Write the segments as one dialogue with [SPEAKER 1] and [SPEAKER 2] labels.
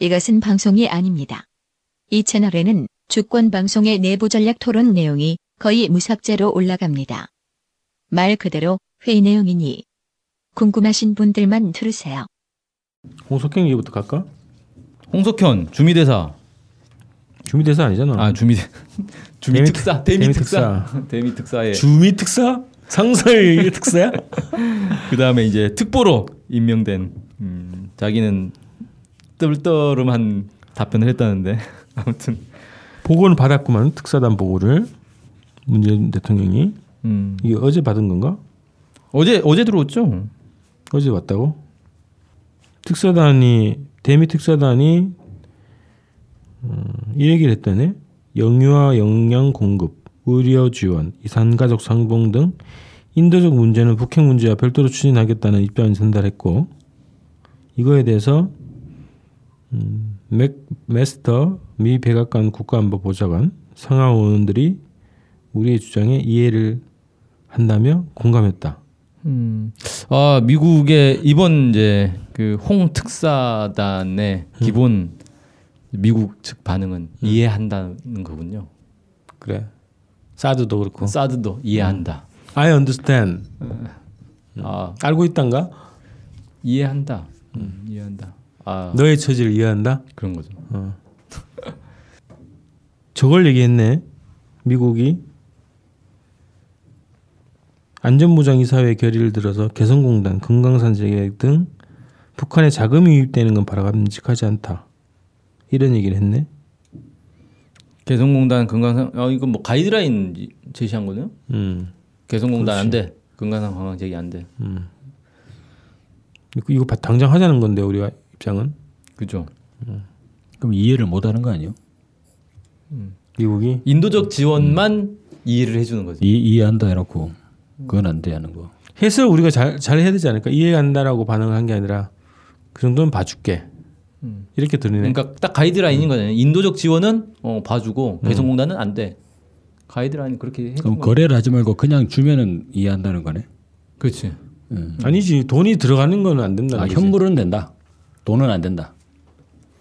[SPEAKER 1] 이것은 방송이 아닙니다. 이 채널에는 주권 방송의 내부 전략 토론 내용이 거의 무삭제로 올라갑니다. 말 그대로 회의 내용이니 궁금하신 분들만 들으세요.
[SPEAKER 2] 홍석형 얘기부터 갈까?
[SPEAKER 3] 홍석현 주미대사
[SPEAKER 2] 주미대사 아니잖아.
[SPEAKER 3] 아 주미 주미
[SPEAKER 2] 대미
[SPEAKER 3] 특사
[SPEAKER 2] 대미
[SPEAKER 3] 대미 특사 예. 대미 특사에
[SPEAKER 2] 주미 특사? 상설 특사야?
[SPEAKER 3] 그 다음에 이제 특보로 임명된 음, 자기는 뜰떠름한 답변을 했다는데 아무튼
[SPEAKER 2] 보고는 받았구만 특사단 보고를 문재인 대통령이
[SPEAKER 3] 음,
[SPEAKER 2] 이게 어제 받은 건가?
[SPEAKER 3] 어제 어제 들어왔죠
[SPEAKER 2] 어제 왔다고? 특사단이 대미 특사단이 음, 이 얘기를 했다네. 영유아 영양 공급, 의료 지원, 이산 가족 상봉 등 인도적 문제는 북핵 문제와 별도로 추진하겠다는 입장을 전달했고 이거에 대해서 음, 맥 메스터 미 백악관 국가안보보좌관 상하 의원들이 우리의 주장에 이해를 한다며 공감했다.
[SPEAKER 3] 음, 아 미국의 이번 이제 그 홍 특사단의 기본 미국 측 반응은 이해한다는 거군요
[SPEAKER 2] 그래. 사드도
[SPEAKER 3] 어?
[SPEAKER 2] 그렇고.
[SPEAKER 3] 사드도 이해한다
[SPEAKER 2] I understand.
[SPEAKER 3] 아
[SPEAKER 2] 알고 있단가?
[SPEAKER 3] 이해한다 음, 이해한다 아
[SPEAKER 2] 너의 처지를 이해한다.
[SPEAKER 3] 그런 거죠
[SPEAKER 2] 저걸 얘기했네. 미국이 안전보장이사회 결의를 들어서 개성공단, 금강산 재계획 등 북한에 자금이 유입되는 건 바람직하지 않다. 이런 얘기를 했네.
[SPEAKER 3] 개성공단 금강산 아 이거 뭐 가이드라인 제시한 거네요.
[SPEAKER 2] 음,
[SPEAKER 3] 개성공단 안
[SPEAKER 2] 그렇죠.
[SPEAKER 3] 돼. 금강산 관광객이 안 돼.
[SPEAKER 2] 음. 이거- 이거 바- 당장 하자는 건데 우리가 입장은
[SPEAKER 3] 그죠.
[SPEAKER 4] 그럼 이해를 못하는 거 아니에요?
[SPEAKER 2] 미국이
[SPEAKER 3] 인도적 지원만
[SPEAKER 2] 음.
[SPEAKER 3] 이해를 해주는 거죠.
[SPEAKER 4] 이, 이해한다 해놓고 그건 안 돼 하는 거.
[SPEAKER 2] 해설 우리가 잘, 잘 해야 되지 않을까? 이해한다라고 반응을 한 게 아니라 그 정도는 봐줄게. 이렇게 들리네. 음.
[SPEAKER 3] 그러니까 딱 가이드라인인 거잖아요. 인도적 지원은 어, 봐주고 개성공단은 안 돼. 가이드라인 그렇게 해준
[SPEAKER 4] 그럼
[SPEAKER 3] 거.
[SPEAKER 4] 거래를 하지 말고 그냥 주면은 이해한다는 거네.
[SPEAKER 3] 그렇지.
[SPEAKER 2] 아니지 돈이 들어가는 건 안 된다.
[SPEAKER 4] 아, 현물은 된다. 돈은 안 된다.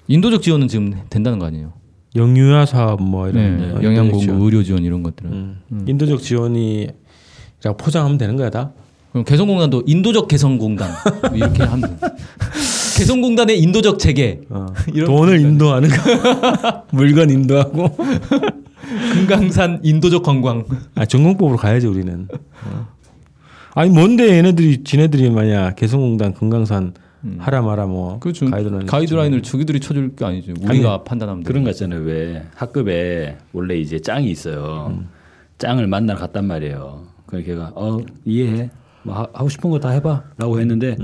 [SPEAKER 3] 인도적 지원은 지금 된다는 거 아니에요. 네.
[SPEAKER 2] 영유아 사업 뭐 이런 어,
[SPEAKER 3] 영양
[SPEAKER 2] 인도적
[SPEAKER 3] 공급,
[SPEAKER 2] 지원.
[SPEAKER 3] 의료 지원 이런 것들은.
[SPEAKER 2] 음. 인도적 지원이라고 포장하면 되는 거야 다.
[SPEAKER 3] 그럼 개성공단도 인도적 개성공단 이렇게 하면 돼. 개성공단의 인도적 재개.
[SPEAKER 2] 어. 돈을 인도하는 거. 물건 인도하고.
[SPEAKER 3] 금강산 인도적 관광.
[SPEAKER 2] 아 전공법으로 가야지 우리는. 어. 아니 뭔데 얘네들이 지네들이 만약 개성공단 금강산 하라 마라 뭐
[SPEAKER 3] 음. 그렇죠.
[SPEAKER 2] 가이드라인
[SPEAKER 3] 가이드라인을 주기들이 쳐줄 게 아니죠. 우리가 판단하면 돼.
[SPEAKER 4] 그런 거 있잖아요. 왜 학급에 원래 이제 짱이 있어요.
[SPEAKER 2] 음.
[SPEAKER 4] 짱을 만나러 갔단 말이에요. 그래서 걔가 어 이해해. 뭐 하, 하고 싶은 거 다 해봐라고 했는데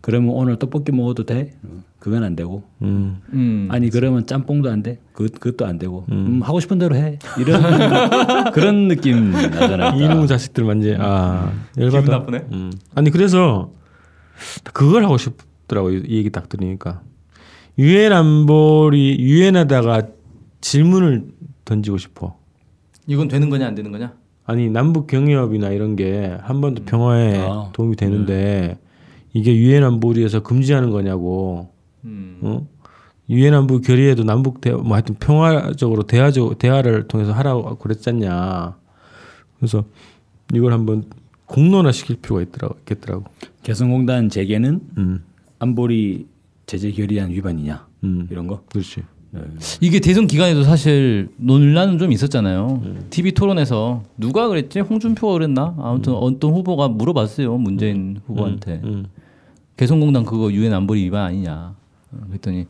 [SPEAKER 4] 그러면 오늘 떡볶이 먹어도 돼? 그건 안 되고
[SPEAKER 2] 음.
[SPEAKER 3] 음.
[SPEAKER 4] 아니 그러면 짬뽕도 안 돼? 그 그것도 안 되고 음, 하고 싶은 대로 해 이런 그런 느낌 나잖아요.
[SPEAKER 2] 이놈 자식들 만지 아 열받아.
[SPEAKER 3] 기분 나쁘네.
[SPEAKER 2] 음. 아니 그래서 그걸 하고 싶더라고 이 얘기 딱 들으니까 유엔 안보리 유엔하다가 질문을 던지고 싶어.
[SPEAKER 3] 이건 되는 거냐 안 되는 거냐?
[SPEAKER 2] 아니 남북 경협이나 이런 게 한 번도 평화에
[SPEAKER 4] 아,
[SPEAKER 2] 도움이 되는데 이게 유엔 안보리에서 금지하는 거냐고.
[SPEAKER 3] 음.
[SPEAKER 2] 어? 유엔 안보 결의에도 남북 대화 뭐 하여튼 평화적으로 대화적 대화를 통해서 하라고 그랬잖냐. 그래서 이걸 한번 공론화 시킬 필요가 있더라고 있겠더라고.
[SPEAKER 4] 개성공단 재개는
[SPEAKER 2] 음.
[SPEAKER 4] 안보리 제재 결의안 위반이냐
[SPEAKER 2] 음.
[SPEAKER 4] 이런 거.
[SPEAKER 2] 그렇지.
[SPEAKER 4] 네.
[SPEAKER 3] 이게 대선 기간에도 사실 논란은 좀 있었잖아요.
[SPEAKER 2] 음.
[SPEAKER 3] TV 토론에서 누가 그랬지? 홍준표가 그랬나? 아무튼 어떤 후보가 물어봤어요. 문재인 후보한테
[SPEAKER 2] 음.
[SPEAKER 3] 개성공단 그거 유엔 안보리 위반 아니냐? 어, 그랬더니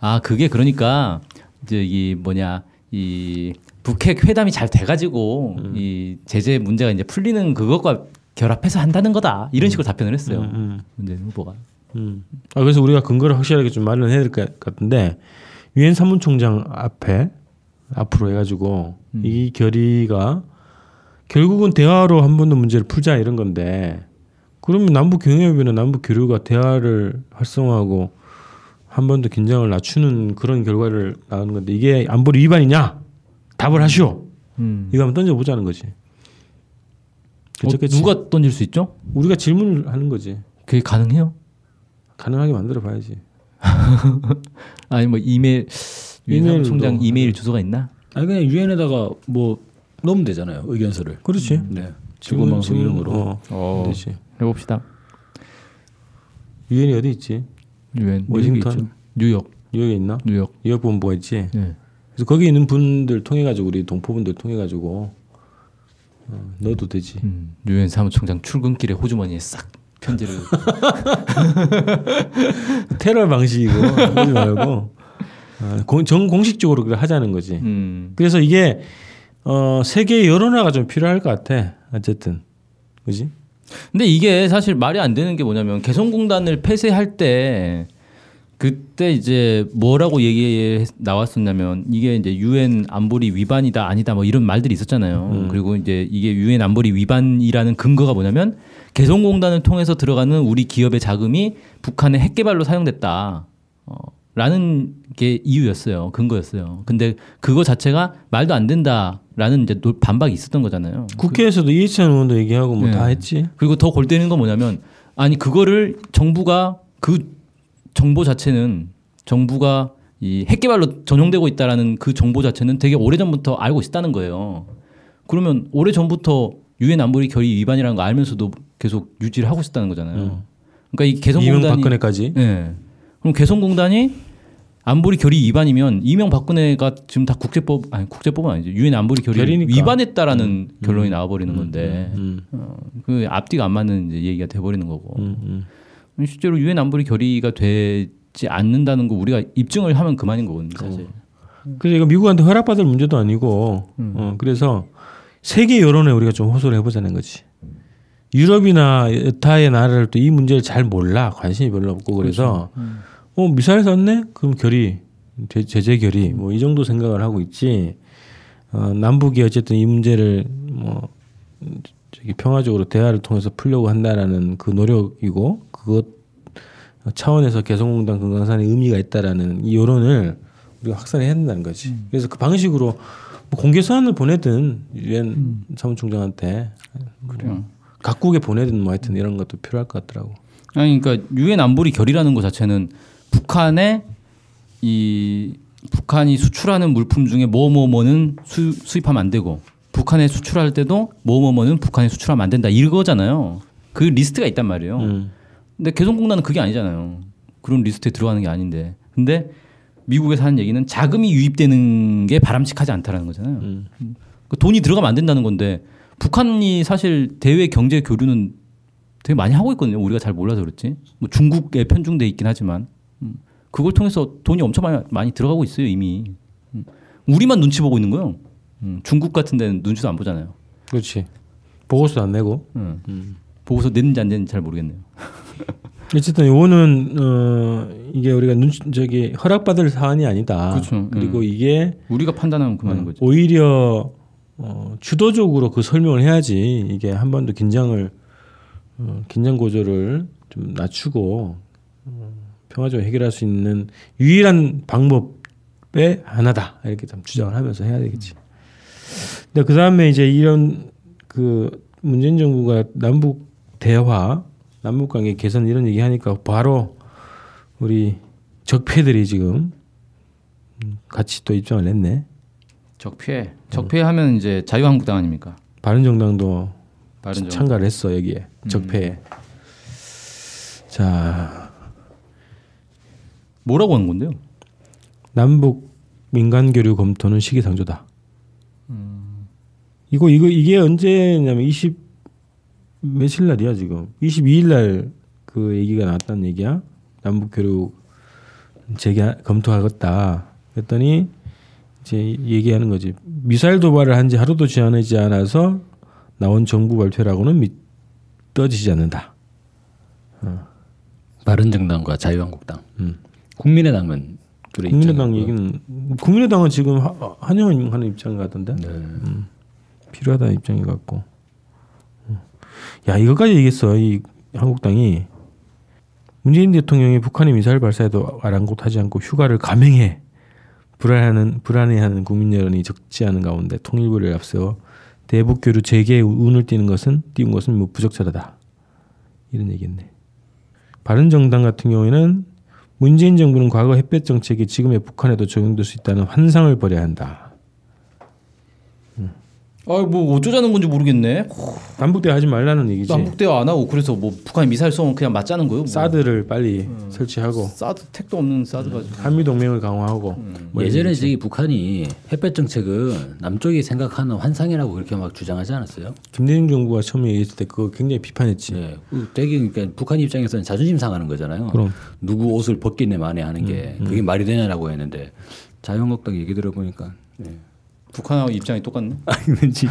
[SPEAKER 3] 아 그게 그러니까 이제 이 뭐냐 이 북핵 회담이 잘 돼가지고
[SPEAKER 2] 음.
[SPEAKER 3] 이 제재 문제가 이제 풀리는 그것과 결합해서 한다는 거다 이런 식으로 답변을 했어요. 문재인 후보가. 어,
[SPEAKER 2] 음. 아, 그래서 우리가 근거를 확실하게 좀 마련해야 될 것 같은데 유엔 사무총장 앞에 앞으로 해가지고 이 결의가 결국은 대화로 한 번 더 문제를 풀자 이런 건데 그러면 남북 경협이나 남북 교류가 대화를 활성화하고 한 번 더 긴장을 낮추는 그런 결과를 나오는 건데 이게 안보리 위반이냐 답을 하시오 이거 한번 던져보자는 거지
[SPEAKER 3] 어,
[SPEAKER 2] 그치?
[SPEAKER 3] 누가 던질 수 있죠?
[SPEAKER 2] 우리가 질문을 하는 거지
[SPEAKER 3] 그게 가능해요?
[SPEAKER 2] 가능하게 만들어 봐야지
[SPEAKER 3] 아니 뭐 이메일 유엔
[SPEAKER 2] 이메일로.
[SPEAKER 3] 사무총장
[SPEAKER 2] 음.
[SPEAKER 3] 이메일 주소가 있나?
[SPEAKER 4] 아니 그냥 유엔에다가 뭐 넣으면 되잖아요 의견서를.
[SPEAKER 2] 그렇지.
[SPEAKER 4] 네. 지구방송
[SPEAKER 2] 지금,
[SPEAKER 4] 이름으로.
[SPEAKER 2] 어,
[SPEAKER 3] 어.
[SPEAKER 2] 되지.
[SPEAKER 3] 해봅시다.
[SPEAKER 2] 유엔이 어디 있지?
[SPEAKER 3] 유엔
[SPEAKER 2] 워싱턴?
[SPEAKER 3] 뉴욕이 있죠. 뉴욕
[SPEAKER 2] 뉴욕에 있나?
[SPEAKER 3] 뉴욕.
[SPEAKER 2] 뉴욕 본부가 있지.
[SPEAKER 3] 예.
[SPEAKER 2] 그래서 거기 있는 분들 통해 가지고 우리 동포분들 통해 가지고 어, 넣어도 되지.
[SPEAKER 3] 음, 유엔 사무총장 출근길에 호주머니에 싹 편지를
[SPEAKER 2] 테러 방식이고 그러지 말고 아, 공- 정 공식적으로 그걸 하자는 거지.
[SPEAKER 3] 음,
[SPEAKER 2] 그래서 이게 어, 세계 여론화가 좀 필요할 것 같아. 어쨌든 그지?
[SPEAKER 3] 근데 이게 사실 말이 안 되는 게 뭐냐면 개성공단을 폐쇄할 때 그때 이제 뭐라고 얘기 나왔었냐면 이게 이제 유엔 안보리 위반이다 아니다 뭐 이런 말들이 있었잖아요. 그리고 이제 이게 유엔 안보리 위반이라는 근거가 뭐냐면 개성공단을 통해서 들어가는 우리 기업의 자금이 북한의 핵 개발로 사용됐다. 어, 라는 게 이유였어요. 근거였어요. 근데 그거 자체가 말도 안 된다라는 이제 노- 반박이 있었던 거잖아요.
[SPEAKER 2] 국회에서도 이해찬 의원도 얘기하고 뭐
[SPEAKER 3] 예.
[SPEAKER 2] 다 했지.
[SPEAKER 3] 그리고 더 골때리는 건 뭐냐면 아니 그거를 정부가 그 정보 자체는 정부가 이 핵개발로 전용되고 있다라는 그 정보 자체는 되게 오래전부터 알고 있었다는 거예요. 그러면 오래전부터 유엔 안보리 결의 위반이라는 거 알면서도 계속 유지를 하고 있었다는 거잖아요. 그러니까 이
[SPEAKER 2] 음. 이명
[SPEAKER 3] 개성공단이
[SPEAKER 2] 박근혜까지.
[SPEAKER 3] 예. 그럼 개성공단이 안보리 결의 위반이면 이명박근혜가 지금 다 국제법 아니 국제법은 아니죠 유엔 안보리 결의
[SPEAKER 2] 결의니까.
[SPEAKER 3] 위반했다라는 결론이 나와버리는 건데
[SPEAKER 2] 음,
[SPEAKER 3] 어, 그 앞뒤가 안 맞는 이제 얘기가 돼버리는 거고
[SPEAKER 2] 음, 음.
[SPEAKER 3] 실제로 유엔 안보리 결의가 되지 않는다는 거 우리가 입증을 하면 그만인 거거든요 사실.
[SPEAKER 2] 그래서 이거 미국한테 허락받을 문제도 아니고 어, 그래서 세계 여론에 우리가 좀 호소를 해보자는 거지. 유럽이나 여타의 나라를 또 이 문제를 잘 몰라 관심이 별로 없고 그래서 어 미사일 쐈네 그럼 결의 제- 제재 결의 뭐 이 정도 생각을 하고 있지 어, 남북이 어쨌든 이 문제를 뭐 저기 평화적으로 대화를 통해서 풀려고 한다라는 그 노력이고 그것 차원에서 개성공단 금강산에 의미가 있다라는 이 여론을 우리가 확산해야 된다는 거지.
[SPEAKER 3] 음.
[SPEAKER 2] 그래서 그 방식으로 뭐 공개 서한을 보내든 유엔
[SPEAKER 3] 음.
[SPEAKER 2] 사무총장한테
[SPEAKER 3] 그래요.
[SPEAKER 2] 각국에 보내든 뭐 하여튼 이런 것도 필요할 것 같더라고.
[SPEAKER 3] 아니 그러니까 유엔 안보리 결의라는 것 자체는 북한의 이 북한이 수출하는 물품 중에 뭐뭐뭐는 수, 수입하면 안 되고 북한에 수출할 때도 뭐뭐뭐는 북한에 수출하면 안 된다 이거잖아요. 그 리스트가 있단 말이에요.
[SPEAKER 2] 음.
[SPEAKER 3] 근데 개성공단은 그게 아니잖아요. 그런 리스트에 들어가는 게 아닌데. 근데 미국에서 하는 얘기는 자금이 유입되는 게 바람직하지 않다라는 거잖아요.
[SPEAKER 2] 음.
[SPEAKER 3] 그 돈이 들어가면 안 된다는 건데 북한이 사실 대외 경제 교류는 되게 많이 하고 있거든요. 우리가 잘 몰라서 그렇지. 뭐 중국에 편중돼 있긴 하지만 음, 그걸 통해서 돈이 엄청 많이, 많이 들어가고 있어요 이미. 음, 우리만 눈치 보고 있는 거요. 음, 중국 같은 데는 눈치도 안 보잖아요.
[SPEAKER 2] 그렇지. 보고서도 안 내고.
[SPEAKER 3] 음. 보고서 냈는지 안 냈는지 잘 모르겠네요.
[SPEAKER 2] 어쨌든 요거는 어 이게 우리가 눈 저기 허락받을 사안이 아니다.
[SPEAKER 3] 그렇죠. 음.
[SPEAKER 2] 리고 이게
[SPEAKER 3] 우리가 판단하면 그만인 거죠.
[SPEAKER 2] 오히려 어, 주도적으로 그 설명을 해야지 이게 한 번 더 긴장을 어, 긴장 고조를 좀 낮추고 음, 평화적으로 해결할 수 있는 유일한 방법의 하나다 이렇게 좀 주장을 하면서 해야 되겠지. 근데 그 다음에 이제 이런 그 문재인 정부가 남북 대화, 남북 관계 개선 이런 얘기 하니까 바로 우리 적폐들이 지금 음, 같이 또 입장을 냈네.
[SPEAKER 3] 적폐. 적폐하면 이제 자유한국당 아닙니까?
[SPEAKER 2] 바른정당도
[SPEAKER 3] 바른 정.
[SPEAKER 2] 참가를 했어 여기에 적폐에.
[SPEAKER 3] 음.
[SPEAKER 2] 자
[SPEAKER 3] 뭐라고 하는 건데요?
[SPEAKER 2] 남북 민간 교류 검토는 시기상조다. 이거 이거 이게 언제냐면 20 며칠 날이야 지금 22일 날 그 얘기가 나왔다는 얘기야. 남북 교류 재개 검토하겠다. 했더니 이제 얘기하는 거지. 미사일 도발을 한 지 하루도 지나지 않아서 나온 정부 발표라고는 믿어지지 않는다.
[SPEAKER 4] 바른정당과 자유한국당.
[SPEAKER 2] 음.
[SPEAKER 4] 국민의당은 둘이
[SPEAKER 2] 국민의당
[SPEAKER 4] 있잖아요.
[SPEAKER 2] 얘기는 국민의당은 지금 하- 환영하는 입장 같던데 음.
[SPEAKER 4] 네.
[SPEAKER 2] 필요하다는 입장이 같고 음. 야 이것까지 얘기했어 이 한국당이 문재인 대통령이 북한의 미사일 발사에도 아랑곳하지 않고 휴가를 감행해 불안해하는 불안해하는 국민 여론이 적지 않은 가운데 통일부를 앞세워 대북 교류 재개의 운을 띄는 것은 띄운 것은 뭐 부적절하다 이런 얘기했네. 바른 정당 같은 경우에는 문재인 정부는 과거 햇볕 정책이 지금의 북한에도 적용될 수 있다는 환상을 버려야 한다.
[SPEAKER 3] 아뭐 어쩌자는 건지 모르겠네. 호,
[SPEAKER 2] 반복대 하지 말라는 얘기지.
[SPEAKER 3] 남북 대화 안 하고 그래서 뭐 북한이 미사일 쏘면 그냥 맞자는 거예요. 뭐.
[SPEAKER 2] 사드를 빨리
[SPEAKER 3] 음.
[SPEAKER 2] 설치하고
[SPEAKER 3] 사드 택도 없는 사드 가지고.
[SPEAKER 2] 한미 동맹을 강화하고
[SPEAKER 3] 음.
[SPEAKER 2] 뭐
[SPEAKER 4] 예전에 저기 북한이 햇볕 정책은 남쪽이 생각하는 환상이라고 그렇게 막 주장하지 않았어요?
[SPEAKER 2] 김대중 정부가 처음에 얘기했을 때 그거 굉장히 비판했지.
[SPEAKER 4] 네. 그 되게 그러니까 북한 입장에서는 자존심 상하는 거잖아요.
[SPEAKER 2] 그럼.
[SPEAKER 4] 누구 옷을 벗기네 만에 하는 게 그게 말이 되냐라고 했는데 자유한국당 얘기 들어보니까 네.
[SPEAKER 3] 북한하고 입장이 똑같네.
[SPEAKER 4] 아니 왠지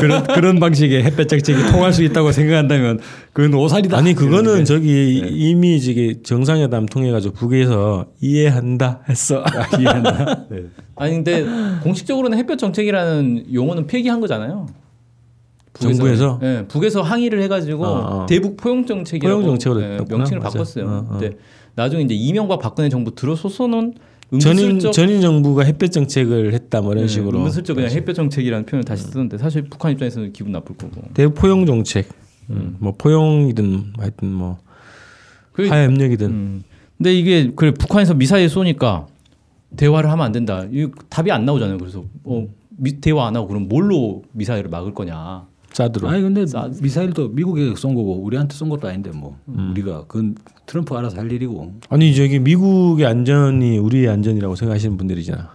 [SPEAKER 2] 그런 그런 방식의 햇볕 정책이
[SPEAKER 4] 통할 수 있다고 생각한다면 그건 오살이다.
[SPEAKER 2] 아니 그거는
[SPEAKER 3] 네.
[SPEAKER 2] 저기 이미 저기 정상회담 통해 가지고 북에서 이해한다 했어.
[SPEAKER 3] 아,
[SPEAKER 4] 이해한다. 네.
[SPEAKER 3] 아니 근데 공식적으로는 햇볕 정책이라는 용어는 폐기한 거잖아요.
[SPEAKER 2] 정부에서?
[SPEAKER 3] 네, 북에서 항의를 해가지고
[SPEAKER 2] 어, 어.
[SPEAKER 3] 대북 포용 정책이라고 예,
[SPEAKER 2] 포용 정책으로 했구나.
[SPEAKER 3] 명칭을
[SPEAKER 2] 맞아요.
[SPEAKER 3] 바꿨어요.
[SPEAKER 2] 어, 어.
[SPEAKER 3] 근데 나중에 이제 이명박 박근혜 정부 들어서서는
[SPEAKER 2] 전인
[SPEAKER 3] 은근슬쩍
[SPEAKER 2] 전인 정부가 햇볕 정책을 했다 뭐 이런
[SPEAKER 3] 네,
[SPEAKER 2] 식으로
[SPEAKER 3] 은근슬쩍 그냥 햇볕 정책이라는 표현을 다시 쓰던데 사실 북한 입장에서는 기분 나쁠 거고.
[SPEAKER 2] 네. 대포용 정책, 음, 뭐 포용이든 하여튼 뭐
[SPEAKER 3] 그-
[SPEAKER 2] 하협력이든
[SPEAKER 3] 음. 근데 이게 그래 북한에서 미사일 쏘니까 대화를 하면 안 된다. 이 답이 안 나오잖아요. 그래서 어, 미- 대화 안 하고 그럼 뭘로 미사일을 막을 거냐.
[SPEAKER 2] 짜드로.
[SPEAKER 4] 아니 근데 미사일도 미국에 쏜 거고 우리한테 쏜 것도 아닌데 뭐 우리가 그건 트럼프 알아서 할 일이고
[SPEAKER 2] 아니 저기 미국의 안전이 우리의 안전이라고 생각하시는 분들이잖아.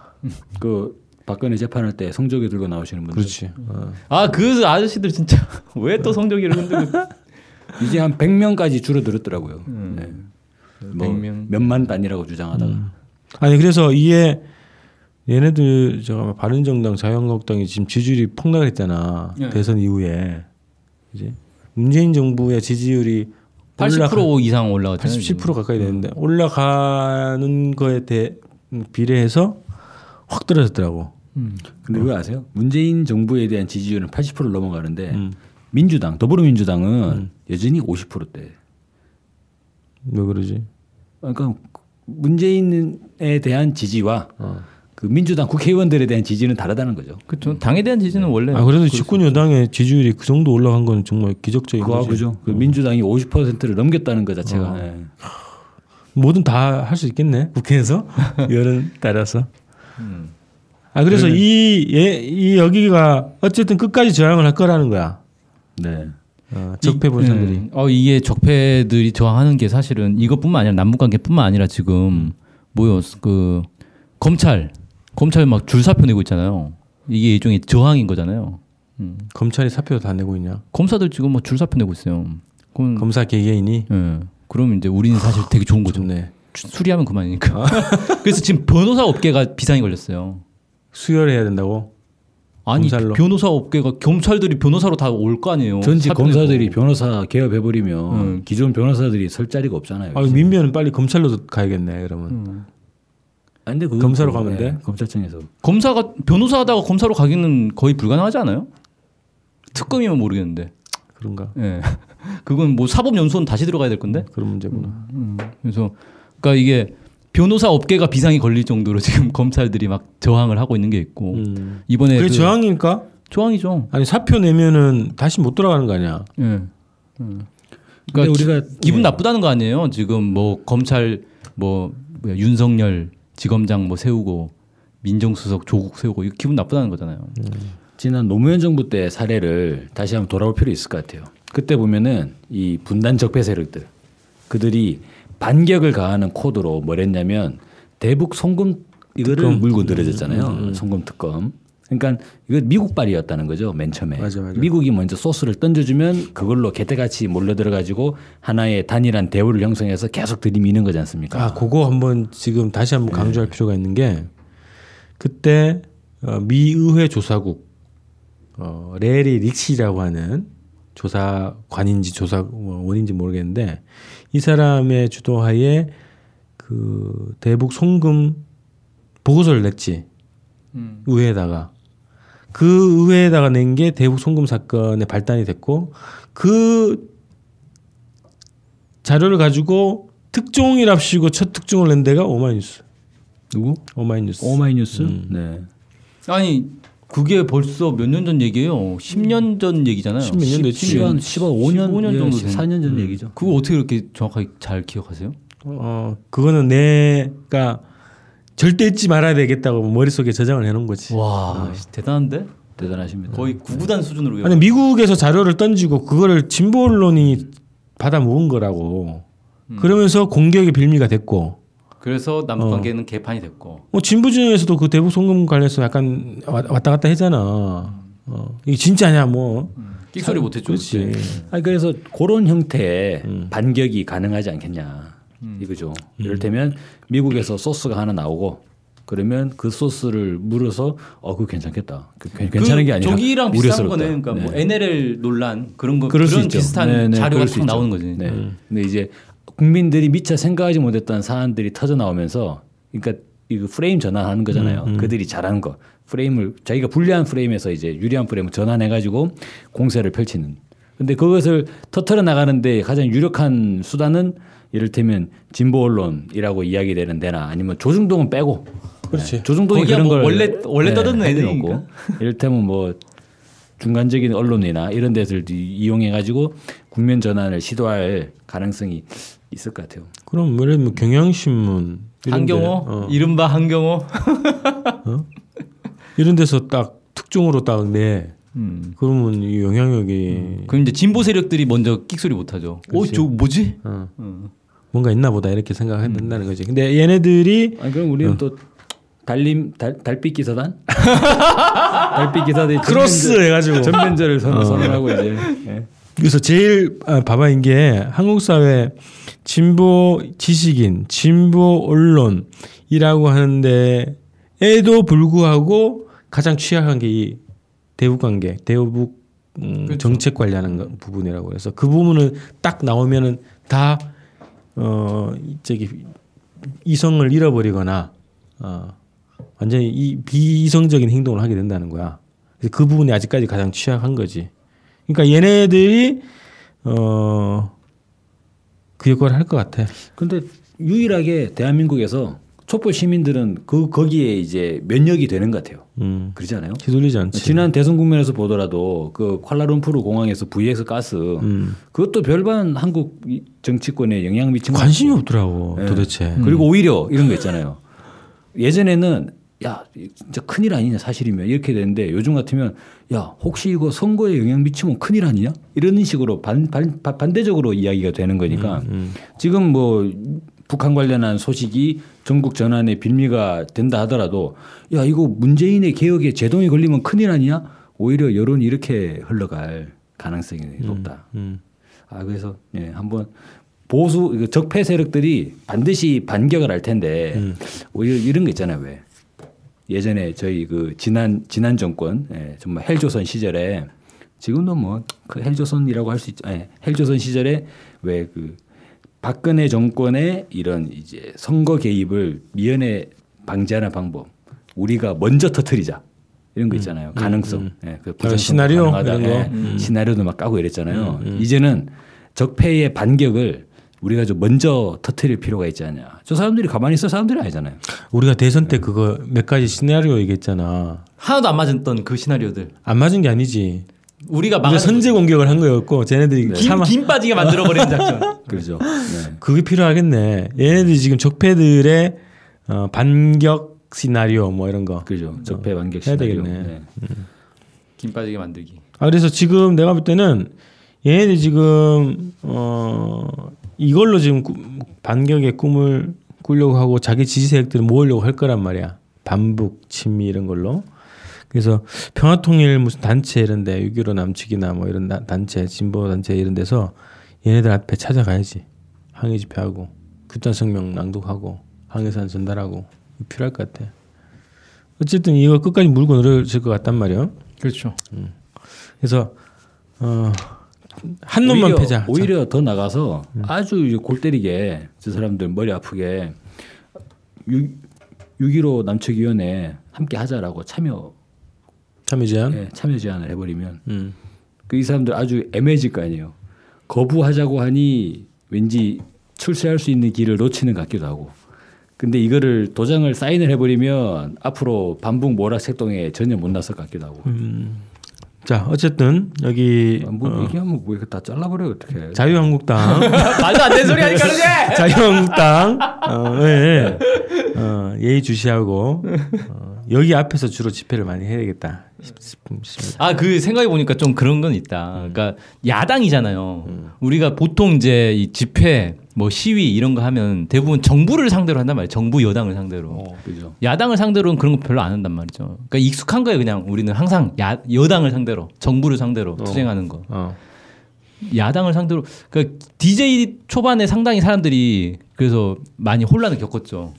[SPEAKER 4] 그 박근혜 재판할 때 성적이 들고 나오시는 분들
[SPEAKER 2] 그렇지. 어.
[SPEAKER 3] 아 그 아저씨들 진짜 왜 또 성적이를 흔들고
[SPEAKER 4] 이제 한 100명까지 줄어들었더라고요. 네. 뭐
[SPEAKER 3] 100명.
[SPEAKER 4] 몇만 단위라고 주장하다가
[SPEAKER 2] 아니 그래서 이게 얘네들 저 바른정당 자유한국당이 지금 지지율이 폭락을 했잖아
[SPEAKER 3] 예.
[SPEAKER 2] 대선 이후에 이제 문재인 정부의 지지율이
[SPEAKER 3] 80% 이상 올라갔잖아요.
[SPEAKER 2] 87% 가까이 되는데 올라가는 거에 대 비례해서 확 떨어졌더라고.
[SPEAKER 4] 근데 그거 아세요? 문재인 정부에 대한 지지율은 80%를 넘어가는데
[SPEAKER 2] 음.
[SPEAKER 4] 민주당 더불어민주당은 여전히 50%대.
[SPEAKER 2] 왜 그러지?
[SPEAKER 4] 그러니까 문재인에 대한 지지와
[SPEAKER 2] 어.
[SPEAKER 4] 그 민주당 국회의원들에 대한 지지는 다르다는 거죠.
[SPEAKER 3] 그렇죠. 당에 대한 지지는 원래
[SPEAKER 2] 아 그래도 집권 여당의 지지율이 그 정도 올라간 건 정말 기적적인
[SPEAKER 4] 그거
[SPEAKER 2] 거지.
[SPEAKER 4] 그죠. 그 민주당이 50%를 넘겼다는 것 자체가 예.
[SPEAKER 2] 뭐든 다 할 수 있겠네 국회에서 여론 따라서. 아 그래서 이, 예, 이 여기가 어쨌든 끝까지 저항을 할 거라는 거야.
[SPEAKER 4] 네.
[SPEAKER 2] 어, 적폐본 사람들이.
[SPEAKER 3] 음. 어 이게 적폐들이 저항하는 게 사실은 이것뿐만 아니라 남북관계뿐만 아니라 지금 뭐요 그 검찰 검찰 막 줄사표 내고 있잖아요. 이게 일종의 저항인 거잖아요. 음.
[SPEAKER 2] 검찰이 사표 다 내고 있냐?
[SPEAKER 3] 검사들 지금 뭐 줄사표 내고 있어요. 그럼
[SPEAKER 2] 검사 개개인이
[SPEAKER 3] 예. 그럼 이제 우리는 사실 되게 좋은 거죠.
[SPEAKER 2] 좋네.
[SPEAKER 3] 주- 수리하면 그만이니까. 그래서 지금 변호사 업계가 비상이 걸렸어요.
[SPEAKER 2] 수혈해야 된다고.
[SPEAKER 3] 아니
[SPEAKER 2] 검찰로.
[SPEAKER 3] 변호사 업계가 검찰들이 변호사로 다 올 거 아니에요.
[SPEAKER 4] 전직
[SPEAKER 3] 뭐 사표
[SPEAKER 4] 검사들이
[SPEAKER 3] 내고.
[SPEAKER 4] 변호사 개업해 버리면 기존 변호사들이 설 자리가 없잖아요.
[SPEAKER 2] 아 민변은 빨리 검찰로 가야겠네. 그러면
[SPEAKER 4] 아, 근데 그건
[SPEAKER 2] 검사로
[SPEAKER 4] 또,
[SPEAKER 2] 가면
[SPEAKER 4] 예,
[SPEAKER 2] 돼?
[SPEAKER 4] 검찰청에서
[SPEAKER 3] 검사가 변호사 하다가 검사로 가기는 거의 불가능하지 않아요? 특검이면 모르겠는데.
[SPEAKER 2] 그런가?
[SPEAKER 3] 예. 그건 뭐 사법연수원 다시 들어가야 될 건데. 음.
[SPEAKER 2] 그런 문제구나.
[SPEAKER 3] 그래서 그러니까 이게 변호사 업계가 비상이 걸릴 정도로 지금 검찰들이 막 저항을 하고 있는 게 있고
[SPEAKER 2] 음.
[SPEAKER 3] 이번에
[SPEAKER 2] 그게
[SPEAKER 3] 그-
[SPEAKER 2] 저항일까?
[SPEAKER 3] 저항이죠.
[SPEAKER 2] 아니 사표 내면은 다시 못 돌아가는 거 아니야?
[SPEAKER 3] 예.
[SPEAKER 4] 근데
[SPEAKER 3] 그러니까
[SPEAKER 4] 우리가
[SPEAKER 3] 기분
[SPEAKER 2] 네.
[SPEAKER 3] 나쁘다는 거 아니에요? 지금 뭐 검찰 뭐 뭐야, 윤석열 지검장 뭐 세우고 민정수석 조국 세우고 이거 기분 나쁘다는 거잖아요.
[SPEAKER 2] 음.
[SPEAKER 4] 지난 노무현 정부 때 사례를 다시 한번 돌아올 필요 있을 것 같아요. 그때 보면은 이 분단 적폐 세력들 그들이 반격을 가하는 코드로 뭐랬냐면 대북 송금 이거를 물고 늘어졌잖아요.
[SPEAKER 2] 음,
[SPEAKER 4] 송금 특검. 그러니까 이거 미국발이었다는 거죠 맨 처음에.
[SPEAKER 2] 맞아, 맞아.
[SPEAKER 4] 미국이 먼저 소스를 던져주면 그걸로 개떼같이 몰려들어가지고 하나의 단일한 대우를 형성해서 계속 들이미는 거지 않습니까?
[SPEAKER 2] 아, 그거 한번 지금 다시 한번 강조할 필요가 있는 게 그때 어, 미 의회 조사국 어, 레리 릭시라고 하는 조사관인지 어, 조사원인지 모르겠는데 이 사람의 주도하에 그 대북 송금 보고서를 냈지 의회에다가 그 의회에다가 낸 게 대북 송금 사건에 발단이 됐고 그 자료를 가지고 특종이랍시고 첫 특종을 낸 데가 오마이뉴스.
[SPEAKER 4] 누구?
[SPEAKER 2] 오마이뉴스.
[SPEAKER 4] 오마이뉴스. 네.
[SPEAKER 3] 아니 그게 벌써 몇 년 전 얘기예요. 10년 전 얘기잖아요.
[SPEAKER 2] 십몇 년 예, 됐지.
[SPEAKER 4] 10년, 10원, 5년,
[SPEAKER 3] 15년 정도 된- 음.
[SPEAKER 4] 14년 전 얘기죠.
[SPEAKER 3] 그거 어떻게 이렇게 정확하게 잘 기억하세요?
[SPEAKER 2] 어 그거는 내가 절대 잊지 말아야 되겠다고 머릿속에 저장을 해놓은 거지.
[SPEAKER 3] 와 대단한데
[SPEAKER 4] 대단하십니다.
[SPEAKER 3] 거의 구구단 수준으로
[SPEAKER 2] 아니 미국에서 자료를 던지고 그거를 진보 언론이 받아 모은 거라고.
[SPEAKER 3] 음.
[SPEAKER 2] 그러면서 공격의 빌미가 됐고
[SPEAKER 3] 그래서 남북 관계는 개판이 됐고
[SPEAKER 2] 어, 진보 진영에서도 그 대북 송금 관련해서 약간 와- 왔다 갔다 했잖아. 어, 이게 진짜냐 뭐.
[SPEAKER 3] 끽소리 못했죠.
[SPEAKER 2] 그렇지.
[SPEAKER 3] 그때.
[SPEAKER 4] 아니 그래서 그런 형태의
[SPEAKER 3] 음.
[SPEAKER 4] 반격이 가능하지 않겠냐 이거죠. 이를테면 미국에서 소스가 하나 나오고 그러면 그 소스를 물어서 어 그거 괜찮겠다. 그, 괜- 괜찮은 게 아니라
[SPEAKER 3] 저기랑 비슷한
[SPEAKER 4] 우려스럽다.
[SPEAKER 3] 거네. 그러니까 뭐 NLL 논란 그런 거
[SPEAKER 4] 그럴
[SPEAKER 3] 그런
[SPEAKER 4] 수 있죠.
[SPEAKER 3] 비슷한
[SPEAKER 4] 네, 네,
[SPEAKER 3] 자료가
[SPEAKER 4] 그럴 수
[SPEAKER 3] 쭉
[SPEAKER 4] 있죠.
[SPEAKER 3] 나오는 거지.
[SPEAKER 4] 네.
[SPEAKER 2] 음.
[SPEAKER 4] 근데 이제 국민들이 미처 생각하지 못했던 사안들이 터져 나오면서 그러니까 이거 프레임 전환하는 거잖아요.
[SPEAKER 2] 음,
[SPEAKER 4] 그들이 잘하는 거. 프레임을 자기가 불리한 프레임에서 이제 유리한 프레임을 전환해 가지고 공세를 펼치는. 근데 그것을 터트려 나가는데 가장 유력한 수단은 이를테면 진보 언론이라고 이야기되는 데나 아니면 조중동은 빼고 네,
[SPEAKER 2] 그렇지.
[SPEAKER 4] 조중동이
[SPEAKER 3] 거기야
[SPEAKER 4] 그런
[SPEAKER 3] 뭐
[SPEAKER 4] 걸
[SPEAKER 3] 원래- 원래 떠드는
[SPEAKER 4] 할 필요
[SPEAKER 3] 애들이니까.
[SPEAKER 4] 없고. 이를테면 뭐 중간적인 언론이나 이런 데들도 이용해 가지고 국면 전환을 시도할 가능성이 있을 것 같아요.
[SPEAKER 2] 그럼 예를 뭐 경향신문 이런 데,
[SPEAKER 3] 네. 한경호
[SPEAKER 2] 어,
[SPEAKER 3] 이른바 한경호
[SPEAKER 2] 이런 데서 딱 특종으로 딱내
[SPEAKER 4] 음.
[SPEAKER 2] 그러면 이 영향력이
[SPEAKER 3] 그럼 이제 진보 세력들이 먼저 끽소리 못하죠. 어, 저 뭐지?
[SPEAKER 2] 어, 뭔가 있나 보다 이렇게 생각한다는 거지. 근데 얘네들이
[SPEAKER 4] 아니 그럼 우리는 또 달림 달, 달빛 기사단 달빛 기사들이
[SPEAKER 2] 크로스 해가지고
[SPEAKER 4] 전면전을 선- 선언하고 이제 예.
[SPEAKER 2] 그래서 제일 아, 봐봐인 게 한국 사회 진보 지식인, 진보 언론이라고 하는데에도 불구하고 가장 취약한 게 이 대북 관계, 대북 음, 정책 관리하는 거- 부분이라고 해서 그 부분을 딱 나오면은 다 어, 저기 이성을 잃어버리거나 어, 완전히 이 비이성적인 행동을 하게 된다는 거야. 그래서 그 부분이 아직까지 가장 취약한 거지. 그러니까 얘네들이 어그 그 역할을 할 것 같아.
[SPEAKER 4] 근데 유일하게 대한민국에서 촛불 시민들은 그 거기에 이제 면역이 되는 것 같아요.
[SPEAKER 2] 음,
[SPEAKER 4] 그러잖아요.
[SPEAKER 2] 휘둘리지 않지.
[SPEAKER 4] 지난 대선 국면에서 보더라도 그 콜라룸푸르 공항에서 VX 가스
[SPEAKER 2] 음.
[SPEAKER 4] 그것도 별반 한국 이- 정치권에 영향 미친 거
[SPEAKER 2] 관심이 없더라고 도대체.
[SPEAKER 4] 네. 그리고 오히려 이런 거 있잖아요. 예전에는 야 진짜 큰일 아니냐 사실이면 이렇게 되는데 요즘 같으면 야 혹시 이거 선거에 영향 미치면 큰일 아니냐 이런 식으로 반, 반, 반- 반대적으로 이야기가 되는 거니까 지금 뭐 북한 관련한 소식이 전국 전환에 빌미가 된다 하더라도 야 이거 문재인의 개혁에 제동이 걸리면 큰일 아니냐 오히려 여론이 이렇게 흘러갈 가능성이 높다.
[SPEAKER 2] 음.
[SPEAKER 4] 아 그래서 예 한번 보수 그 적폐 세력들이 반드시 반격을 할 텐데 오히려 이런 거 있잖아요 왜 예전에 저희 그 지난 지난 정권 예, 정말 헬조선 시절에 지금도 뭐 그 헬조선이라고 할 수 있죠 예, 헬조선 시절에 왜 그 박근혜 정권의 이런 이제 선거 개입을 미연에 방지하는 방법 우리가 먼저 터트리자 이런 거
[SPEAKER 2] 음,
[SPEAKER 4] 있잖아요 가능성 예, 그 부정성
[SPEAKER 2] 시나리오
[SPEAKER 4] 가능하다.
[SPEAKER 2] 이런 거. 음.
[SPEAKER 4] 예. 시나리오도 막 까고 이랬잖아요. 이제는 적폐의 반격을 우리가 좀 먼저 터트릴 필요가 있지 않냐. 저 사람들이 가만히 있어 사람들이 아니잖아요.
[SPEAKER 2] 우리가 대선 때 그거 몇 가지 시나리오 얘기했잖아.
[SPEAKER 3] 하나도 안 맞았던 그 시나리오들.
[SPEAKER 2] 안 맞은 게 아니지.
[SPEAKER 3] 우리가
[SPEAKER 2] 우리가
[SPEAKER 3] 막아
[SPEAKER 2] 선제 공격을 한 거였고 쟤네들이
[SPEAKER 3] 김,
[SPEAKER 2] 참아
[SPEAKER 3] 김 빠지게 만들어 버리는 작전.
[SPEAKER 4] 그렇죠. 네.
[SPEAKER 2] 그게 필요하겠네. 얘네들이 지금 적폐들의 어, 반격 시나리오 뭐 이런 거.
[SPEAKER 4] 그렇죠. 적폐 반격
[SPEAKER 2] 해야
[SPEAKER 4] 시나리오.
[SPEAKER 2] 되겠네.
[SPEAKER 4] 네.
[SPEAKER 3] 김 빠지게 만들기.
[SPEAKER 2] 아, 그래서 지금 내가 볼 때는 얘네들 지금 어 이걸로 지금 꾸- 반격의 꿈을 꾸려고 하고 자기 지지 세력들을 모으려고 할 거란 말이야. 반북, 친미 이런 걸로. 그래서 평화통일 무슨 단체 이런데 6.15 남측이나 뭐 이런 나- 단체, 진보 단체 이런 데서 얘네들 앞에 찾아가야지. 항의 집회하고 규탄 성명 낭독하고 항해산 전달하고 필요할 것 같아. 어쨌든 이거 끝까지 물고 늘어질 것 같단 말이야.
[SPEAKER 3] 그렇죠.
[SPEAKER 2] 그래서 어, 한 놈만
[SPEAKER 4] 오히려-
[SPEAKER 2] 패자. 음.
[SPEAKER 4] 오히려 더 나가서 아주 이제 골 때리게 저 사람들 머리 아프게 6.15 남측위원회 함께 하자라고 참여
[SPEAKER 2] 참여 제한.
[SPEAKER 4] 예, 참여 제안을 해버리면
[SPEAKER 2] 음.
[SPEAKER 4] 그 이 사람들 아주 애매해질 거 아니에요. 거부하자고 하니 왠지 출세할 수 있는 길을 놓치는 것 같기도 하고 근데 이거를 도장을 사인을 해버리면 앞으로 반북 모락책동에 전혀 못 나설 것 같기도 하고.
[SPEAKER 2] 음. 자, 어쨌든 여기
[SPEAKER 4] 아, 뭐 얘기하면 뭐 이거 다 잘라버려 어떻게?
[SPEAKER 2] 자유한국당
[SPEAKER 3] 말도 안 되는 소리 하니까 그러지.
[SPEAKER 2] 자유한국당 어, 예,
[SPEAKER 4] 네.
[SPEAKER 2] 예. 어, 예의주시하고 어, 여기 앞에서 주로 집회를 많이 해야겠다 싶- 싶- 싶습니다.
[SPEAKER 3] 아 그 생각해 보니까 좀 그런 건 있다. 그러니까 야당이잖아요. 우리가 보통 이제 이 집회, 뭐 시위 이런 거 하면 대부분 정부를 상대로 한단 말이에요. 정부 여당을 상대로.
[SPEAKER 4] 어, 그죠.
[SPEAKER 3] 야당을 상대로는 그런 거 별로 안 한단 말이죠. 그러니까 익숙한 거예요. 그냥 우리는 항상 야, 여당을 상대로, 정부를 상대로 투쟁하는 거.
[SPEAKER 2] 어.
[SPEAKER 3] 야당을 상대로 그러니까 DJ 초반에 상당히 사람들이 그래서 많이 혼란을 겪었죠.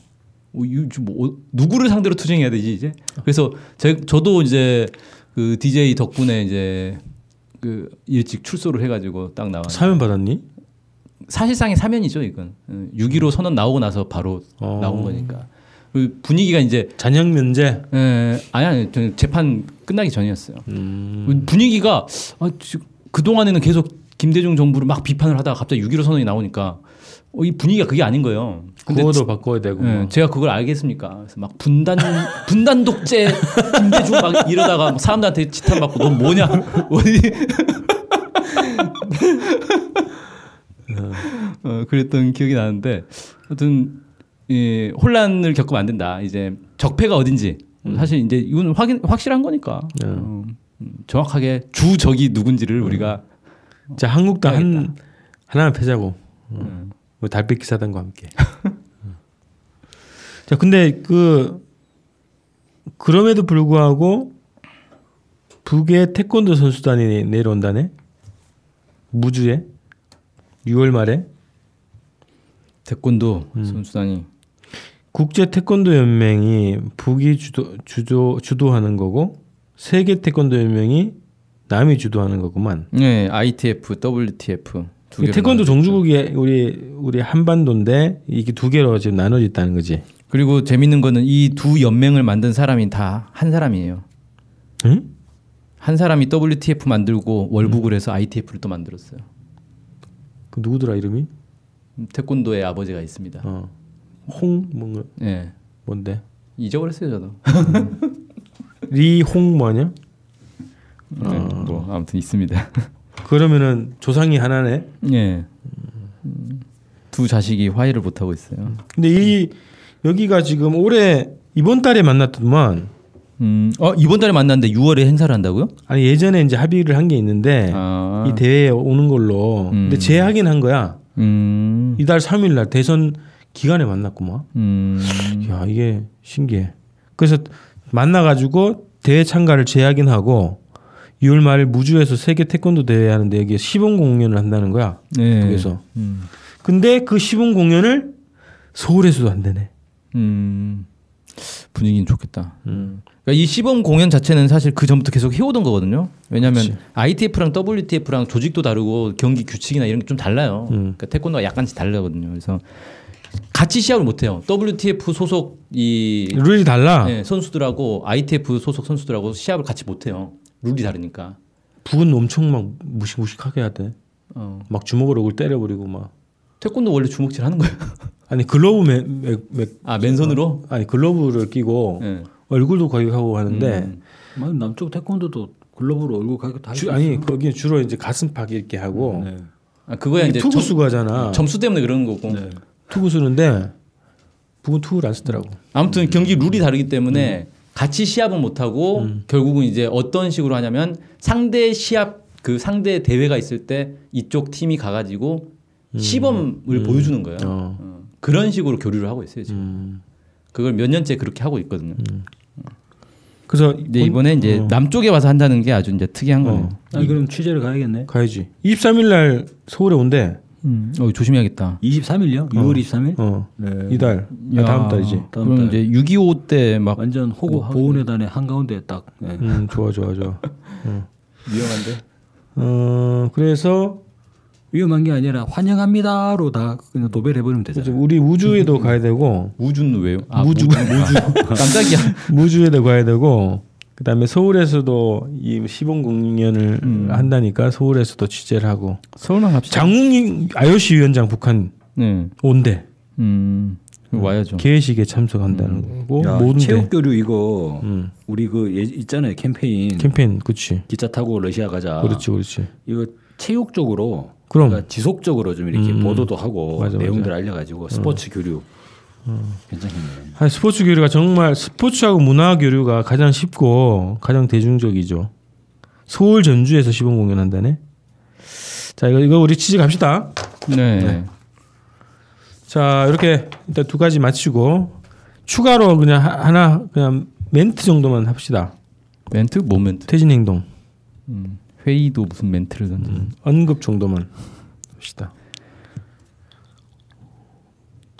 [SPEAKER 3] 어, 이거 지금 뭐, 어, 누구를 상대로 투쟁해야 되지 이제? 그래서 제, 저도 이제 그 DJ 덕분에 이제 그 일찍 출소를 해가지고 딱 나와.
[SPEAKER 2] 사연 받았니?
[SPEAKER 3] 사실상의 사면이죠 이건. 6.15 선언 나오고 나서 바로
[SPEAKER 2] 어.
[SPEAKER 3] 나온 거니까. 그리고 분위기가 이제
[SPEAKER 2] 잔영 면제.
[SPEAKER 3] 에, 예, 아니 아니 저는 재판 끝나기 전이었어요.
[SPEAKER 2] 음,
[SPEAKER 3] 분위기가 아, 그 동안에는 계속 김대중 정부를 막 비판을 하다가 갑자기 6.15 선언이 나오니까 어, 이 분위기가 그게 아닌 거예요. 근데
[SPEAKER 2] 구호도 바꿔야 되고.
[SPEAKER 4] 네.
[SPEAKER 3] 예,
[SPEAKER 2] 뭐.
[SPEAKER 3] 제가 그걸 알겠습니까? 그래서 막 분단 분단 독재 김대중 막 이러다가 막 사람들한테 지탄받고 너 뭐냐? 어디?
[SPEAKER 2] 네.
[SPEAKER 3] 어, 그랬던 기억이 나는데 하여튼 이 혼란을 겪으면 안 된다. 이제 적폐가 어딘지 사실 이제 이건 확인 확실한 거니까
[SPEAKER 2] 음. 네.
[SPEAKER 3] 어, 음, 정확하게 주적이 누군지를 우리가
[SPEAKER 2] 음. 자, 한국당 한
[SPEAKER 3] 해야겠다.
[SPEAKER 2] 하나만 패자고. 어.
[SPEAKER 3] 음.
[SPEAKER 2] 뭐 달빛 기사단과 함께. 음. 자, 근데 그 그럼에도 불구하고 북의 태권도 선수단이 내려온다네. 무주에 6월 말에
[SPEAKER 3] 태권도
[SPEAKER 2] 음.
[SPEAKER 3] 선수단이
[SPEAKER 2] 국제 태권도 연맹이 북이 주도 주도 주도하는 거고 세계 태권도 연맹이 남이 주도하는 거구만.
[SPEAKER 5] 네, ITF, WTF 두 개.
[SPEAKER 2] 태권도 종주국이 우리 우리 한반도인데 이게 두 개로 지금 나눠져 있다는 거지.
[SPEAKER 5] 그리고 재밌는 거는 이 두 연맹을 만든 사람이 다 한 사람이에요.
[SPEAKER 2] 응?
[SPEAKER 5] 한 사람이 WTF 만들고 월북을 해서 ITF를 또 만들었어요.
[SPEAKER 2] 그 누구더라 이름이?
[SPEAKER 5] 태권도의 아버지가 있습니다.
[SPEAKER 2] 어. 홍 뭔가
[SPEAKER 5] 예.
[SPEAKER 2] 뭔데?
[SPEAKER 5] 잊어버렸어요, 저도.
[SPEAKER 2] 아. 리홍 뭐냐?
[SPEAKER 5] 네, 뭐 아무튼 있습니다.
[SPEAKER 2] 그러면은 조상이 하나네.
[SPEAKER 5] 예. 음, 두 자식이 화해를 못 하고 있어요.
[SPEAKER 2] 근데 이 여기가 지금 올해 이번 달에 만났더만
[SPEAKER 5] 음, 어 이번 달에 만났는데 6월에 행사를 한다고요?
[SPEAKER 2] 아니 예전에 이제 합의를 한 게 있는데
[SPEAKER 5] 아,
[SPEAKER 2] 이 대회에 오는 걸로 근데
[SPEAKER 5] 음.
[SPEAKER 2] 재확인한 거야.
[SPEAKER 5] 음,
[SPEAKER 2] 이달 3일 날 대선 기간에 만났구만.
[SPEAKER 5] 음,
[SPEAKER 2] 야 이게 신기해. 그래서 만나가지고 대회 참가를 재확인하고 6월 말에 무주에서 세계 태권도 대회 하는데 여기에 시범 공연을 한다는 거야.
[SPEAKER 5] 네.
[SPEAKER 2] 그래서
[SPEAKER 5] 음,
[SPEAKER 2] 근데 그 시범 공연을 서울에서도 안 되네.
[SPEAKER 5] 음, 분위기는 좋겠다.
[SPEAKER 2] 음.
[SPEAKER 5] 그러니까 이 시범 공연 자체는 사실 그 전부터 계속 해오던 거거든요. 왜냐하면 ITF랑 WTF랑 조직도 다르고 경기 규칙이나 이런 게 좀 달라요.
[SPEAKER 2] 음.
[SPEAKER 5] 그러니까 태권도가 약간씩 다르거든요. 그래서 같이 시합을 못 해요. WTF 소속 이
[SPEAKER 2] 룰이 달라.
[SPEAKER 5] 네, 선수들하고 ITF 소속 선수들하고 시합을 같이 못 해요. 룰이 다르니까.
[SPEAKER 2] 북은 엄청 막 무식무식하게 하대.
[SPEAKER 5] 어.
[SPEAKER 2] 막 주먹으로 얼굴 때려버리고 막.
[SPEAKER 5] 태권도 원래 주먹질 하는 거예요.
[SPEAKER 2] 아니 글러브 매, 매, 매,
[SPEAKER 5] 아 맨손으로.
[SPEAKER 2] 아니 글러브를 끼고
[SPEAKER 5] 네. 음.
[SPEAKER 2] 얼굴도 가격하고 하는데
[SPEAKER 4] 뭐 남쪽 태권도도 글로벌로 얼굴 가격 다.
[SPEAKER 2] 주,
[SPEAKER 4] 해줬어요.
[SPEAKER 2] 아니 거기 주로 이제 가슴팍 이렇게 하고
[SPEAKER 4] 네.
[SPEAKER 5] 아, 그거야
[SPEAKER 2] 이게
[SPEAKER 5] 이제 음,
[SPEAKER 2] 투구
[SPEAKER 5] 점,
[SPEAKER 2] 쓰고 하잖아.
[SPEAKER 5] 점수 때문에 그런 거고.
[SPEAKER 4] 네.
[SPEAKER 2] 투구 쓰는데 북은 투구를 안 쓰더라고. 음.
[SPEAKER 5] 아무튼 경기 룰이 다르기 때문에 같이 시합은 못 하고
[SPEAKER 2] 음.
[SPEAKER 5] 결국은 이제 어떤 식으로 하냐면 상대 시합 그 상대 대회가 있을 때 이쪽 팀이 가가지고 시범을 보여주는 거예요.
[SPEAKER 2] 음. 어.
[SPEAKER 5] 어, 그런 식으로 교류를 하고 있어요 지금.
[SPEAKER 2] 음.
[SPEAKER 5] 그걸 몇 년째 그렇게 하고 있거든요.
[SPEAKER 2] 그래서
[SPEAKER 5] 근데 네, 이번에 이제
[SPEAKER 2] 어.
[SPEAKER 5] 남쪽에 와서 한다는 게 아주 이제 특이한 거네요.
[SPEAKER 4] 아니 그럼 취재를 가야겠네.
[SPEAKER 2] 가야지. 23일 날 서울에 온대.
[SPEAKER 5] 음, 어, 조심해야겠다.
[SPEAKER 4] 23일요? 6월 23일?
[SPEAKER 2] 어.
[SPEAKER 4] 네.
[SPEAKER 2] 이달. 아,
[SPEAKER 5] 야,
[SPEAKER 2] 다음 달이지.
[SPEAKER 4] 다음
[SPEAKER 5] 그럼
[SPEAKER 4] 달.
[SPEAKER 5] 이제 6.25 때막
[SPEAKER 4] 완전 호국
[SPEAKER 2] 어,
[SPEAKER 4] 보훈회단의 한 가운데 딱. 네.
[SPEAKER 2] 음, 좋아 좋아 좋아.
[SPEAKER 5] 위험한데.
[SPEAKER 2] 어, 그래서
[SPEAKER 4] 위험한 게 아니라 환영합니다로 다 그냥 도배해버리면
[SPEAKER 2] 이제
[SPEAKER 4] 되잖아요.
[SPEAKER 2] 우리 우주에도 가야 되고
[SPEAKER 5] 우주는 왜요? 아,
[SPEAKER 2] 우주.
[SPEAKER 5] 우- 우주. 깜짝이야.
[SPEAKER 2] 무주에도 가야 되고 그다음에 서울에서도 이 시범 공연을
[SPEAKER 5] 음.
[SPEAKER 2] 한다니까 서울에서도 취재를 하고
[SPEAKER 5] 서울만 갑시다.
[SPEAKER 2] 장웅 IOC 위원장 북한
[SPEAKER 5] 네.
[SPEAKER 2] 온대.
[SPEAKER 5] 음.
[SPEAKER 3] 와야죠.
[SPEAKER 2] 개회식에 참석한다는 거고
[SPEAKER 4] 야,
[SPEAKER 2] 모든 데
[SPEAKER 4] 체육 교류 이거
[SPEAKER 2] 음.
[SPEAKER 4] 우리 그 예- 있잖아요 캠페인
[SPEAKER 2] 캠페인 그렇지
[SPEAKER 4] 기차 타고 러시아 가자.
[SPEAKER 2] 그렇지 그렇지
[SPEAKER 4] 이거 체육 쪽으로
[SPEAKER 2] 그럼.
[SPEAKER 4] 그러니까 지속적으로 좀 이렇게
[SPEAKER 2] 음.
[SPEAKER 4] 보도도 하고
[SPEAKER 2] 맞아, 음. 맞아.
[SPEAKER 4] 내용들 알려가지고 스포츠 교류 괜찮겠네요.
[SPEAKER 2] 아니, 스포츠 교류가 정말 스포츠하고 문화 교류가 가장 쉽고 가장 대중적이죠. 서울 전주에서 시범 공연한다네. 자 이거 이거 우리 취직합시다.
[SPEAKER 3] 네.
[SPEAKER 2] 자 이렇게 일단 두 가지 마치고 추가로 그냥 하- 하나 그냥 멘트 정도만 합시다.
[SPEAKER 3] 멘트 뭐 멘트?
[SPEAKER 2] 퇴진 행동
[SPEAKER 3] 음, 회의도 무슨 멘트를 던지.
[SPEAKER 2] 음, 언급 정도만 합시다.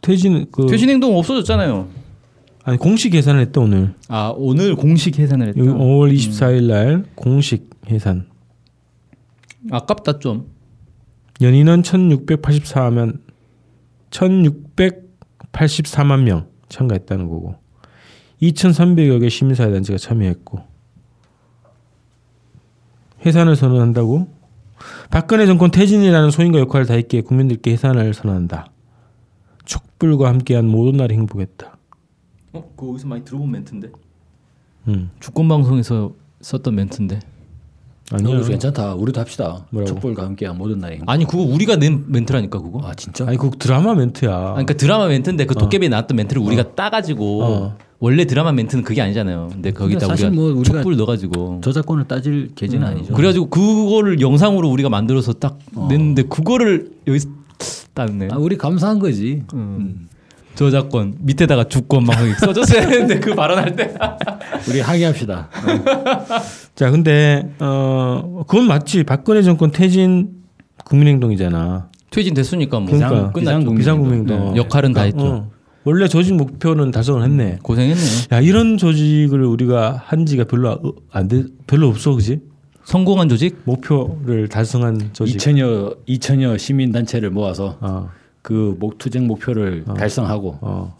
[SPEAKER 2] 퇴진 그
[SPEAKER 3] 퇴진 행동 없어졌잖아요.
[SPEAKER 2] 아니 공식 계산을 했다 오늘
[SPEAKER 3] 아 오늘 공식 해산을 했다.
[SPEAKER 2] 여기 5월 24일 날 공식 해산
[SPEAKER 3] 아깝다 좀.
[SPEAKER 2] 연인원 1684만 1684만 명 참가했다는 거고 2300여 개 시민사회 단체가 참여했고 해산을 선언한다고 박근혜 정권 퇴진이라는 소인과 역할을 다했기에 국민들께 해산을 선언한다. 촛불과 함께한 모든 날이 행복했다.
[SPEAKER 3] 어, 그거 어디서 많이 들어본 멘트인데.
[SPEAKER 2] 음
[SPEAKER 3] 주권 방송에서 썼던 멘트인데.
[SPEAKER 2] 아니요.
[SPEAKER 4] 우리 괜찮다. 우리도 합시다.
[SPEAKER 2] 뭐라고?
[SPEAKER 4] 촛불과 함께한 모든 날이. 행복.
[SPEAKER 3] 아니 그거 우리가 낸 멘트라니까 그거.
[SPEAKER 4] 아 진짜?
[SPEAKER 2] 아니 그 드라마 멘트야.
[SPEAKER 3] 아, 그러니까 드라마 멘트인데 그 도깨비에 나왔던 멘트를 우리가 따가지고
[SPEAKER 2] 어.
[SPEAKER 3] 원래 드라마 멘트는 그게 아니잖아요. 근데 거기다
[SPEAKER 4] 사실
[SPEAKER 3] 우리가,
[SPEAKER 4] 뭐 우리가
[SPEAKER 3] 촛불
[SPEAKER 2] 뭐.
[SPEAKER 3] 넣어가지고
[SPEAKER 4] 저작권을 따질 계지는
[SPEAKER 2] 음.
[SPEAKER 4] 아니죠.
[SPEAKER 3] 그래가지고 그거를 영상으로 우리가 만들어서 딱 냈는데 그거를 여기서 땄네.
[SPEAKER 4] 아, 우리 감사한 거지.
[SPEAKER 3] 음. 저작권 밑에다가 주권 막 써줬어야 했는데 그 발언할 때.
[SPEAKER 4] 우리 항의합시다.
[SPEAKER 2] 어, 자, 근데 어 그건 맞지. 박근혜 정권 퇴진 국민행동이잖아.
[SPEAKER 3] 퇴진 됐으니까 뭐
[SPEAKER 2] 그러니까
[SPEAKER 3] 끝났죠.
[SPEAKER 2] 비상국민행동.
[SPEAKER 3] 네, 역할은 다 했죠.
[SPEAKER 2] 어. 원래 조직 목표는 달성을 했네.
[SPEAKER 3] 고생했네요.
[SPEAKER 2] 야 이런 조직을 우리가 한 지가 별로 어, 안 돼, 별로 없어, 그지?
[SPEAKER 3] 성공한 조직
[SPEAKER 2] 목표를 달성한 조직.
[SPEAKER 4] 2천여 2천여 시민 단체를 모아서
[SPEAKER 2] 어,
[SPEAKER 4] 그 목, 투쟁 목표를 달성하고
[SPEAKER 2] 어,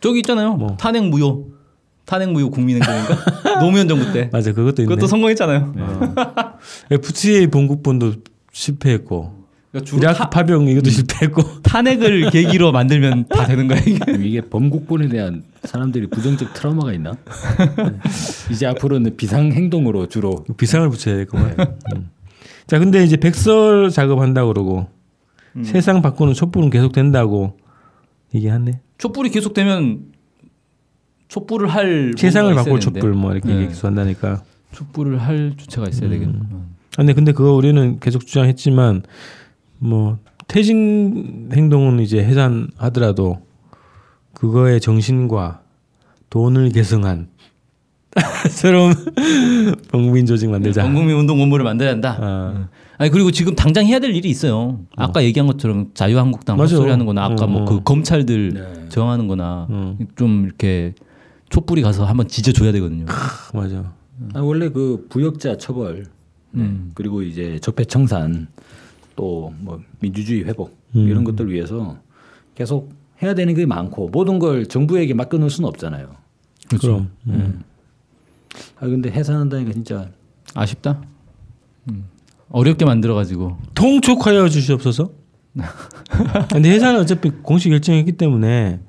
[SPEAKER 3] 저기 있잖아요. 탄핵 무효. 탄핵 무효 국민행동인가? 노무현 정부 때.
[SPEAKER 2] 맞아, 그것도 있네.
[SPEAKER 3] 그것도 성공했잖아요.
[SPEAKER 2] FTA 본국본도 실패했고,
[SPEAKER 3] 그러니까 주로
[SPEAKER 2] 이라크 파병 이것도 실패했고.
[SPEAKER 3] 탄핵을 계기로 만들면 다 되는 거야 이게.
[SPEAKER 4] 이게 범국본에 대한 사람들이 부정적 트라우마가 있나? 네. 이제 앞으로는 비상 행동으로 주로
[SPEAKER 2] 비상을 붙여야 될 거예요.
[SPEAKER 3] 네.
[SPEAKER 2] 음. 자, 근데 이제 백설 작업한다 그러고
[SPEAKER 3] 음.
[SPEAKER 2] 세상 바꾸는 촛불은 계속 된다고 얘기하네.
[SPEAKER 3] 촛불이 계속되면 촛불을 할
[SPEAKER 2] 세상을
[SPEAKER 3] 뭔가 있어야
[SPEAKER 2] 바꿀
[SPEAKER 3] 되는데.
[SPEAKER 2] 촛불 뭐 이렇게
[SPEAKER 3] 네.
[SPEAKER 2] 계속한다니까.
[SPEAKER 3] 촛불을 할 주체가 있어야 되겠네.
[SPEAKER 2] 아, 근데 근데 그거 우리는 계속 주장했지만 뭐 퇴진 행동은 이제 해산하더라도 그거의 정신과 돈을 계승한 새로운 범국민 조직 만들자.
[SPEAKER 3] 전국민 운동 원물을 만들어야 한다.
[SPEAKER 2] 아.
[SPEAKER 3] 아니 그리고 지금 당장 해야 될 일이 있어요. 아까 얘기한 것처럼 자유한국당
[SPEAKER 2] 맞아요.
[SPEAKER 3] 목소리 하는거나 아까
[SPEAKER 2] 어,
[SPEAKER 3] 뭐
[SPEAKER 2] 어. 음.
[SPEAKER 3] 그 검찰들 저항하는거나 좀 이렇게 촛불이 가서 한번 지져줘야 되거든요.
[SPEAKER 2] 크, 맞아.
[SPEAKER 4] 아, 원래 그 부역자 처벌 네.
[SPEAKER 2] 음.
[SPEAKER 4] 그리고 이제 적폐 청산 또 뭐 민주주의 회복
[SPEAKER 2] 음.
[SPEAKER 4] 이런 것들 위해서 계속 해야 되는 게 많고 모든 걸 정부에게 맡겨놓을 수는 없잖아요.
[SPEAKER 2] 그럼 음.
[SPEAKER 4] 아 근데 해산한다니까 진짜
[SPEAKER 3] 아쉽다. 음. 어렵게 만들어가지고
[SPEAKER 2] 통촉하여 주시옵소서. 근데 회사는 어차피 공식 결정했기 때문에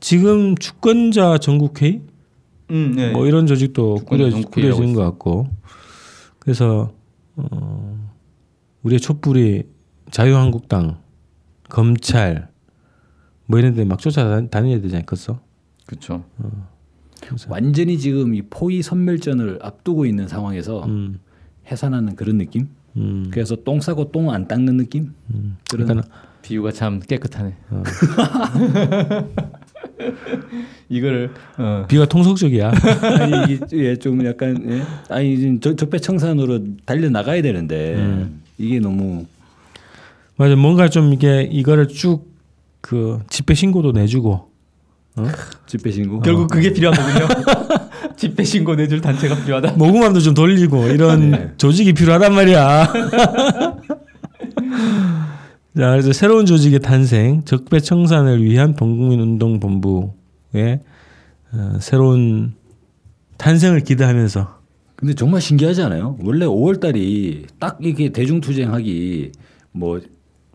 [SPEAKER 2] 지금 주권자 전국회의
[SPEAKER 3] 음, 네.
[SPEAKER 2] 뭐 이런 조직도
[SPEAKER 3] 주권자
[SPEAKER 2] 꾸려,
[SPEAKER 3] 전국회의라고
[SPEAKER 2] 꾸려지는 것 같고 그래서 어, 우리의 촛불이 자유한국당 검찰 뭐 이런 데 막 쫓아다녀야 되지 않겠어?
[SPEAKER 3] 그렇죠.
[SPEAKER 2] 그렇죠.
[SPEAKER 4] 완전히 지금 이 포위 선멸전을 앞두고 있는 상황에서
[SPEAKER 2] 음,
[SPEAKER 4] 해산하는 그런 느낌.
[SPEAKER 2] 음.
[SPEAKER 4] 그래서 똥 싸고 똥 안 닦는 느낌. 그런
[SPEAKER 2] 그러니까
[SPEAKER 3] 비유가 참 깨끗하네.
[SPEAKER 2] 어.
[SPEAKER 3] 이거를 어.
[SPEAKER 2] 비가 통속적이야.
[SPEAKER 4] 아니 이게 좀 약간 예? 아니 지금 저- 적폐 청산으로 달려 나가야 되는데
[SPEAKER 2] 음.
[SPEAKER 4] 이게 너무
[SPEAKER 2] 맞아 뭔가 좀 이게 이거를 쭉 그 집회 신고도 내주고
[SPEAKER 4] 집회 신고.
[SPEAKER 3] 결국 그게 필요한 거군요. 집회 신고 내줄 단체가 필요하다.
[SPEAKER 2] 모금함도 좀 돌리고 이런 조직이 필요하단 말이야. 자, 그래서 새로운 조직의 탄생, 적폐 청산을 위한 범국민운동본부의 어, 새로운 탄생을 기대하면서
[SPEAKER 4] 근데 정말 신기하지 않아요? 원래 5월 달이 딱 이게 대중투쟁하기 뭐,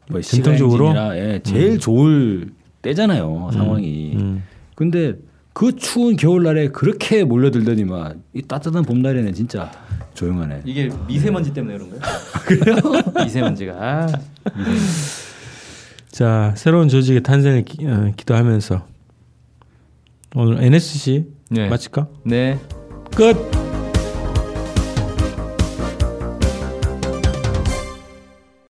[SPEAKER 4] 뭐
[SPEAKER 2] 음. 전통적으로?
[SPEAKER 4] 시가행진이나, 예, 제일 좋을 때잖아요 상황이.
[SPEAKER 2] 음.
[SPEAKER 4] 근데 그 추운 겨울날에 그렇게 몰려들더니만 이 따뜻한 봄날에는 진짜 조용하네.
[SPEAKER 3] 이게 미세먼지 때문에 아, 그런 거예요? 그래요? 미세먼지가 아,
[SPEAKER 2] 자 새로운 조직의 탄생을 기, 어, 기도하면서 오늘 NSC
[SPEAKER 3] 네.
[SPEAKER 2] 마칠까?
[SPEAKER 3] 네.
[SPEAKER 2] 끝.